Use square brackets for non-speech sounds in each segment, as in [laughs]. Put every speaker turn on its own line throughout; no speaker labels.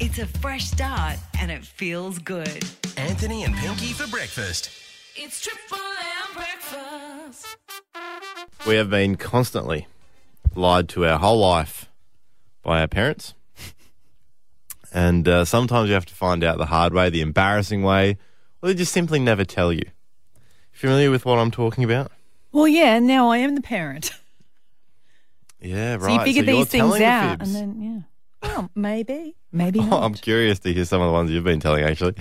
It's a fresh start and it feels good.
Anthony and Pinky for breakfast.
It's Triple M breakfast.
We have been constantly lied to our whole life by our parents. And uh, sometimes you have to find out the hard way, the embarrassing way, or they just simply never tell you. Familiar with what I'm talking about?
Well, yeah, now I am the parent. [laughs]
Yeah, right.
So you figure
you're
these things
telling the
out,
fibs.
and then yeah. Well, maybe, maybe
[laughs] Oh, [laughs] I'm
not.
curious to hear some of the ones you've been telling, actually.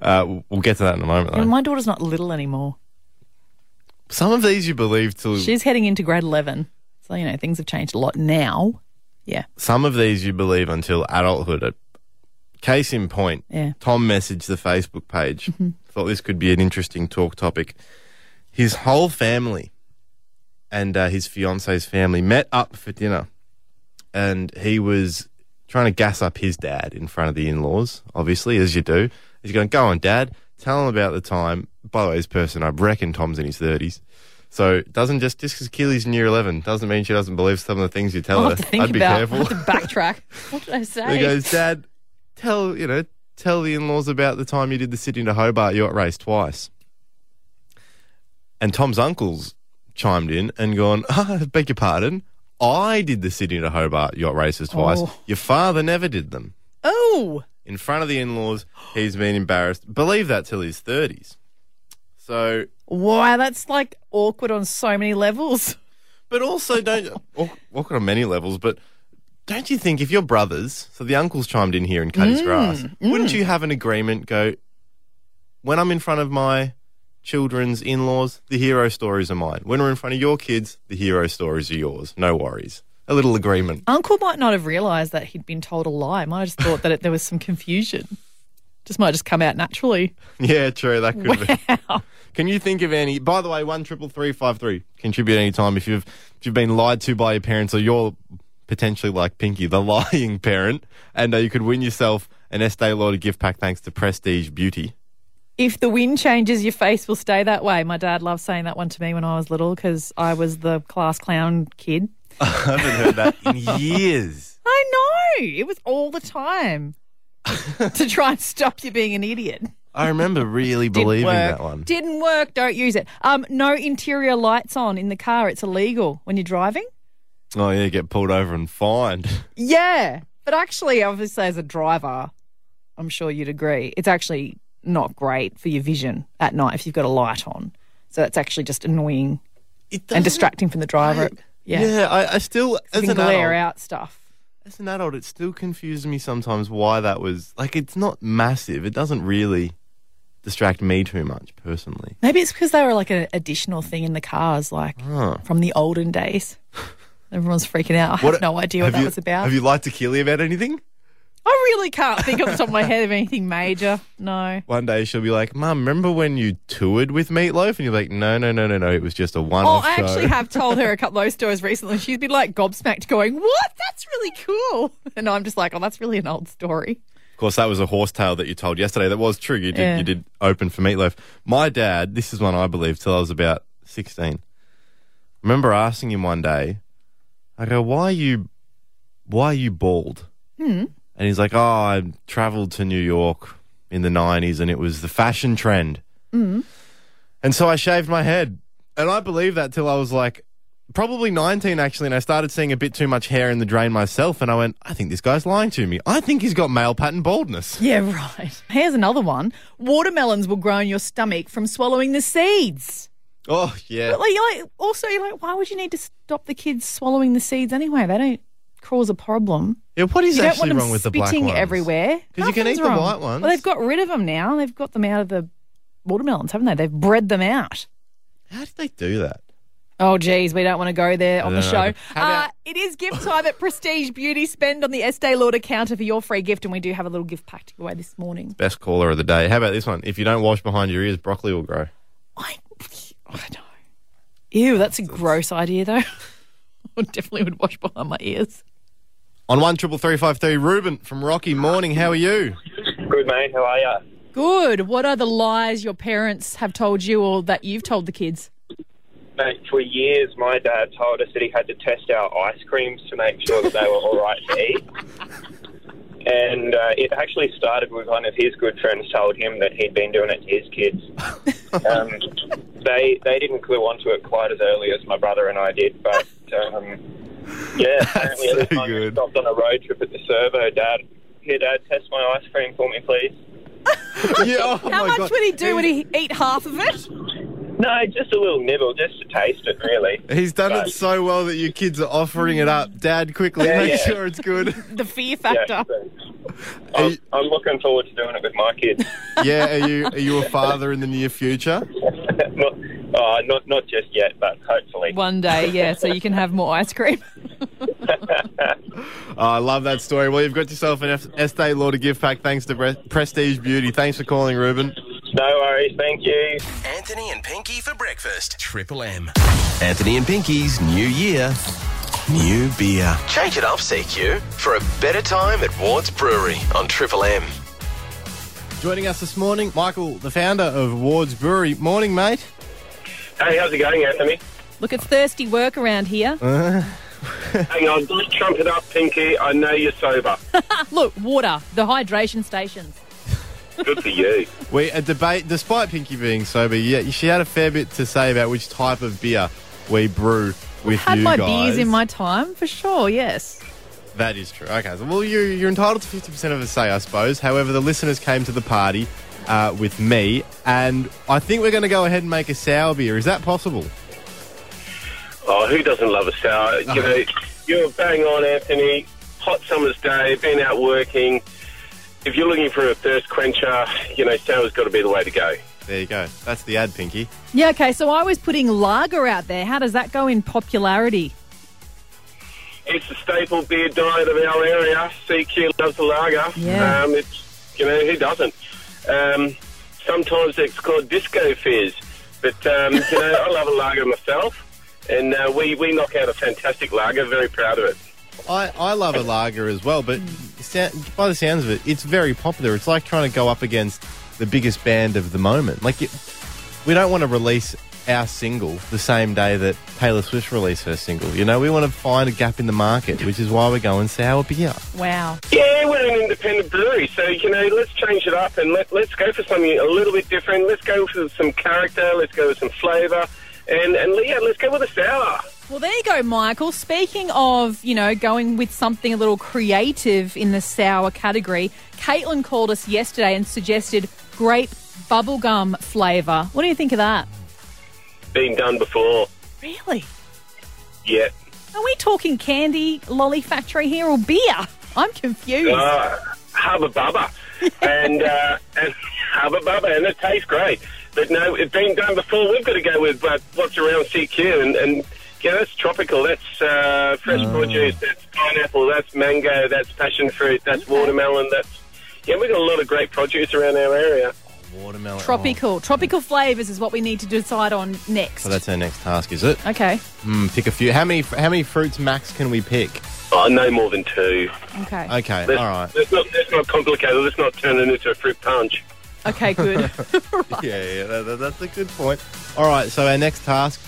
Uh, we'll get to that in a moment,
And
though.
my daughter's not little anymore.
Some of these you believe till
She's heading into grade eleven, so you know things have changed a lot now. Yeah,
some of these you believe until adulthood. Uh, Case in point,
Yeah. Mm-hmm.
Tom messaged the Facebook page. Thought this could be an interesting talk topic. His whole family and uh, his fiance's family met up for dinner, and he was trying to gas up his dad in front of the in-laws. Obviously, as you do, he's going, "Go on, Dad, tell him about the time." By the way, this person, I reckon Tom's in his thirties. So it doesn't just just because Keely's in year eleven doesn't mean she doesn't believe some of the things you tell her.
I'll have Oh, to think
I'd be
about. [laughs]
careful.
I'll have to
[laughs]
backtrack. what did I say?
He goes, Dad, tell you know, tell the in-laws about the time you did the Sydney to Hobart yacht race twice. And Tom's uncles chimed in and gone, [laughs] oh, beg your pardon, I did the Sydney to Hobart yacht races twice.
Oh.
Your father never did them.
oh,
In front of the in-laws, he's been embarrassed. Believe that till his thirties. So,
wow, that's like awkward on so many levels. [laughs]
but also [laughs] don't aw- awkward on many levels, but. Don't you think if your brothers, so the uncles chimed in here and cut his grass, wouldn't you have an agreement? Go, when I'm in front of my children's in laws, the hero stories are mine. When we're in front of your kids, the hero stories are yours. No worries. A little agreement.
Uncle might not have realised that he'd been told a lie. Might have just thought that it, there was some confusion. Just might have just come out naturally.
Yeah, true. That could be. Can you think of any? By the way, one triple three five three. Contribute any time if you've if you've been lied to by your parents or you're potentially like Pinky, the [laughs] lying parent, and uh, you could win yourself an Estee Lauder gift pack thanks to Prestige Beauty.
If the wind changes, your face will stay that way. My dad loved saying that one to me when I was little because I was the class clown kid.
I haven't heard that in years.
I know. It was all the [laughs] time to try and stop you being an idiot.
I remember really
Didn't
believing
work.
that one.
Didn't work. Don't use it. Um, no interior lights on in the car. It's illegal when you're driving.
Oh yeah, get pulled over and fined.
Yeah. But actually, obviously, as a driver, I'm sure you'd agree, it's actually not great for your vision at night if you've got a light on. So that's actually just annoying
It
and distracting from the driver. yeah.
Yeah, I, I still as
you
an
can glare
adult,
out stuff.
as an adult, it still confuses me sometimes why that was like. It's not massive. It doesn't really distract me too much personally.
Maybe it's because they were like an additional thing in the cars, like
Ah.
from the olden days. [laughs] Everyone's freaking out. I have no idea what
have
that
you-
was about.
Have you lied to Keely about anything?
I really can't think off the top of my head of anything major.
[laughs]
No.
One day she'll be like, "Mum, remember when you toured with Meatloaf?" And you're like, "No, no, no, no, no. It was just a
Oh,
one-off
I
show."
actually have told her a couple of those stories recently. She's been like gobsmacked, going, "What? That's really cool." [laughs] And I'm just like, "Oh, that's really an old story."
Of course, that was a horse tale that you told yesterday. That was true. You did,
Yeah.
you did open for Meatloaf. My dad, this is one I believe till I was about 16. remember asking him one day, I go, why are you, why are you bald? And he's like, oh, I traveled to New York in the 90s and it was the fashion trend. And so I shaved my head. And I believed that till I was like, probably 19 actually. And I started seeing a bit too much hair in the drain myself. And I went, I think this guy's lying to me. I think he's got male pattern baldness.
Yeah, right. Here's another one: watermelons will grow in your stomach from swallowing the seeds.
Oh, yeah.
But like, you're like, also, you're like, why would you need to stop the kids swallowing the seeds anyway? They don't cause a problem.
yeah what is
You don't want
actually
them
wrong with the black
spitting
ones?
everywhere.
'Cause you can
Nothing's
eat the
wrong.
white ones.
Well, they've got rid of them now. They've got them out of the watermelons, haven't they? They've bred them out.
How did they do that?
Oh, geez, we don't want to go there on the
don't know.
show.
How about-
Uh, it is gift time at Prestige Beauty. Spend on the Estee Lauder counter for your free gift, and we do have a little gift pack to give away this morning.
Best caller of the day. How about this one? If you don't wash behind your ears, broccoli will grow.
I, I know. Ew, that's a gross idea, though. [laughs] I definitely would wash behind my ears.
On one triple three five three, Ruben from Rocky. Morning. How are
[laughs]
you?
Good mate, how are you?
Good. What are the lies your parents have told you or that you've told the kids?
Mate, for years my dad told us that he had to test our ice creams to make sure that they were all right to eat. and uh, it actually started with one of his good friends told him that he'd been doing it to his kids. um, they they didn't clue onto it quite as early as my brother and I did, but um,
[laughs]
yeah, apparently
so
at the time we
good.
stopped on a road trip at the servo. Dad, here, Dad, test my ice cream for me, please.
yeah, oh
How
my
much
God.
would he do? Would he eat half of it?
No, just a little nibble, just to taste it, really.
He's done
Right.
it so well that your kids are offering it up. Dad, quickly
Yeah,
make
yeah.
sure it's [laughs] good.
The fear
Yeah,
factor.
so
Are
I'm,
you-
I'm looking forward to doing it with my
[laughs]
kids.
yeah, are you are you a father in the near future?
not, uh, not not just yet, but hopefully.
One day, yeah, so you can have more ice cream.
Oh, I love that story. Well, you've got yourself an F- Estee Lauder gift pack thanks to Bre- Prestige Beauty. Thanks for calling, Ruben.
No worries, thank you.
Anthony and Pinky for breakfast. Triple M. Anthony and Pinky's new year, new beer. Change it up, CQ, for a better time at Ward's Brewery on Triple M.
Joining us this morning, Michael, the founder of Ward's Brewery. Morning, mate.
Hey, how's it going, Anthony?
Look, it's thirsty work around here.
Uh.
Hang on, just trump it up, Pinky. I know you're sober.
Look, water, the hydration stations.
Good for you.
We a debate, despite Pinky being sober, yeah, she had a fair bit to say about which type of beer we brew with
Had
you
my
guys.
beers in my time, for sure, yes.
That is true. Okay, so well, you, you're entitled to 50% of a say, I suppose. However, the listeners came to the party uh, with me, and I think we're going to go ahead and make a sour beer. Is that possible?
[laughs] Oh, who doesn't love a sour? You know, you're bang on, Anthony. Hot summer's day, been out working. If you're looking for a thirst quencher, you know, sour's got to be the way to go.
There you go. That's the ad, Pinky.
Yeah, okay, so I was putting lager out there. How does that go in popularity?
It's the staple beer diet of our area. CQ loves the lager.
Yeah.
Um, it's, you know, who doesn't? Um, sometimes it's called disco fizz. But, um, you know, I love a lager myself. And uh, we, we knock out a fantastic lager. Very proud of it.
I, I love a lager as well, but sa- by the sounds of it, it's very popular. It's like trying to go up against the biggest band of the moment. Like, it, we don't want to release our single the same day that Taylor Swift released her single. You know, we want to find a gap in the market, which is why we're going sour beer.
Wow.
Yeah, we're an independent brewery, so you know, let's change it up and let, let's go for something a little bit different. Let's go for some character. Let's go with some flavour, and and yeah, let's go with a sour.
Well, there you go, Michael. Speaking of, you know, going with something a little creative in the sour category, Caitlin called us yesterday and suggested grape bubblegum flavour. What do you think of that?
Been done before.
Really?
Yeah.
Are we talking candy, lolly factory here, or beer? I'm confused.
Uh,
[laughs]
hubba bubba, and uh, and hubba bubba, and it tastes great. But no, it's been done before. We've got to go with uh, what's around CQ, and and you know, that's tropical. That's uh, fresh
Ah.
produce. That's pineapple. That's mango. That's passion fruit. That's watermelon. That's yeah, we've got a lot of great produce around our area.
Watermelon.
tropical. Tropical flavours is what we need to decide on next.
So Oh, that's our next task, is it?
okay.
Mm, pick a few. How many? How many fruits max can we pick?
Oh, no more than two.
Okay.
Okay,
Let's,
all right.
Let's not, let's not complicate it. Let's not turn it into a fruit punch.
Okay, good.
[laughs] Yeah, yeah, that, that- that's a good point. All right, so our next task: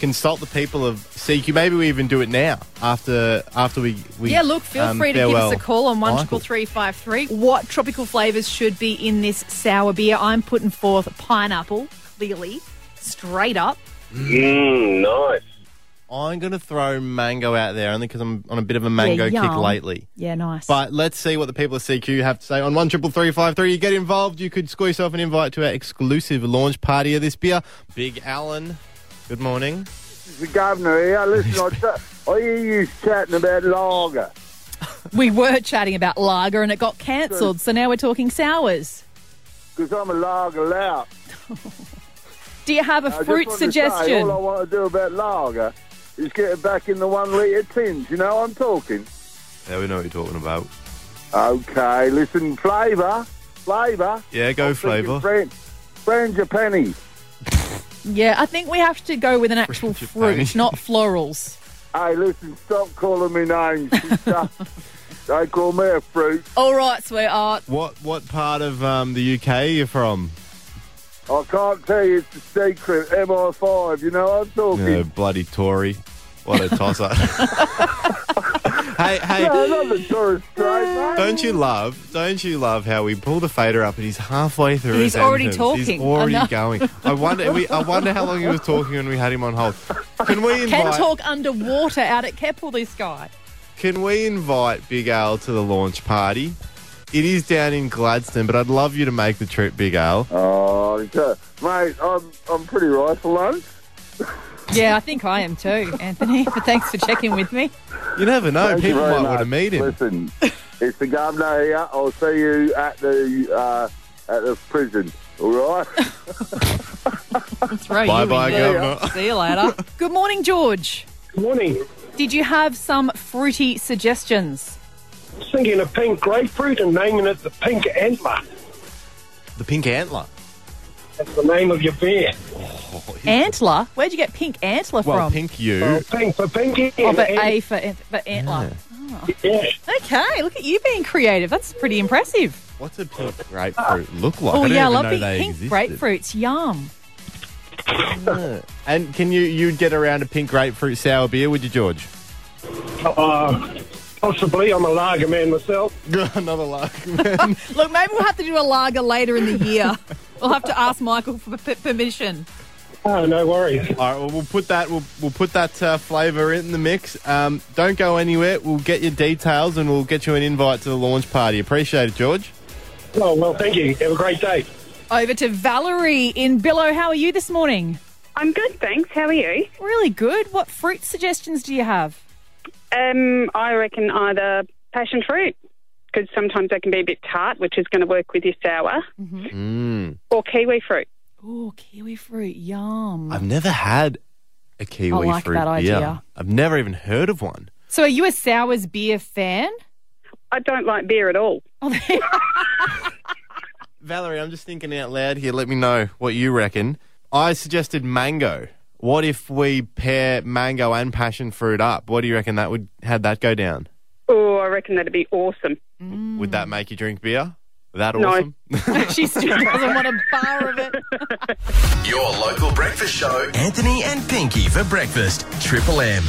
consult the people of CQ. Maybe we even do it now after after we. we
Yeah, look, feel
um,
free to
farewell
give us a call on one
Michael.
triple three five three. What tropical flavours should be in this sour beer? I'm putting forth pineapple, clearly, straight up.
Mmm, nice.
I'm going to throw mango out there only because I'm on a bit of a mango
Yeah,
kick
yum.
lately.
Yeah, nice.
But let's see what the people of CQ have to say on one triple three five three. You get involved, you could score yourself an invite to our exclusive launch party of this beer. Big Alan, good morning.
the governor here. Listen,
[laughs]
I, t- I hear you chatting about lager.
we were chatting about lager and it got cancelled, so now we're talking sours.
'cause I'm a lager lout.
Do you have a
I just
fruit
wanted to say,
suggestion?
all I want to do about lager is get it back in the one litre tins. You know what I'm talking?
Yeah, we know what you're talking about.
Okay, listen, flavour, flavour.
Yeah, go flavour.
Thinking Fran- Frangipani.
yeah, I think we have to go with an actual
Fruit,
fruit,
Japan.
not florals.
Hey, listen, stop calling me names.
[laughs]
and stuff. Don't call me a fruit.
All right, sweetheart.
What what part of um, the UK are you from?
I can't tell you it's a secret. [laughs] MI5, you know what I'm talking?
No, bloody Tory. What a tosser. [laughs] Hey,
No,
hey.
not the tourist trade, mate.
Don't you love? Don't you love how we pull the fader up and he's halfway through?
He's
his
already
anthem. He's
talking.
already
I know.
going. I wonder. We, I wonder how long he was talking when we had him on hold. Can we invite?
Can talk underwater out at Keppel, this guy.
Can we invite Big Ale to the launch party? It is down in Gladstone, but I'd love you to make the trip, Big Ale.
Oh, okay. mate, I'm, I'm pretty right for lunch.
Yeah, I think I am too, Anthony. But thanks for checking with me.
You never know;
Thank you
people
very
might
much.
want to meet him.
Listen, it's the governor here. I'll see you at the uh, at the prison. All right.
[laughs]
Throw you
Bye
in
bye,
there.
Governor.
See you later. [laughs] Good morning, George.
Good morning.
Did you have some fruity suggestions?
was thinking of pink grapefruit and naming it the Pink Antler.
The pink antler.
That's the name of your beer.
Antler? Where'd you get pink antler
Well,
from?
pink you.
Well, pink for pinky.
Oh,
and
but
ant-
A for, ant- but antler.
yeah.
Okay, look at you being creative. That's pretty impressive.
What's a
[laughs]
pink grapefruit look like?
Oh,
I don't
yeah, I
even
love
know
the
they
pink
existed.
grapefruits. Yum.
And can you you'd get around a pink grapefruit sour beer, would you,
[laughs]
George?
Uh, possibly. I'm a lager man myself.
Another [laughs] luck.
Look, maybe we'll have to do a lager later in
[laughs]
the year. we'll have to ask Michael for p- permission.
Oh, no worries.
All right, well, we'll put that we'll, we'll put that uh, flavour in the mix. Um, don't go anywhere. We'll get your details and we'll get you an invite to the launch party. Appreciate it, George.
Oh, well, thank you. Have a great day.
Over to Valerie in Billow. How are you this morning?
I'm good, thanks. How are you?
Really good. What fruit suggestions do you have?
Um, I reckon either passion fruit, because sometimes they can be a bit tart, which is going to work with your sour,
Mm.
or kiwi fruit.
Oh, kiwi fruit. Yum.
I've never had a kiwi
I like
fruit
that
beer.
idea.
I've never even heard of one.
So, are you a sours beer fan? [laughs]
I don't like beer at all.
Oh, there-
Valerie, I'm just thinking out loud here. Let me know what you reckon. I suggested mango. What if we pair mango and passion fruit up? What do you reckon that would how'd that go down?
Oh, I reckon that'd be awesome.
Would that make you drink beer? That
No.
awesome.
she still doesn't want a bar of it.
Your local breakfast show. Anthony and Pinky for breakfast. Triple M.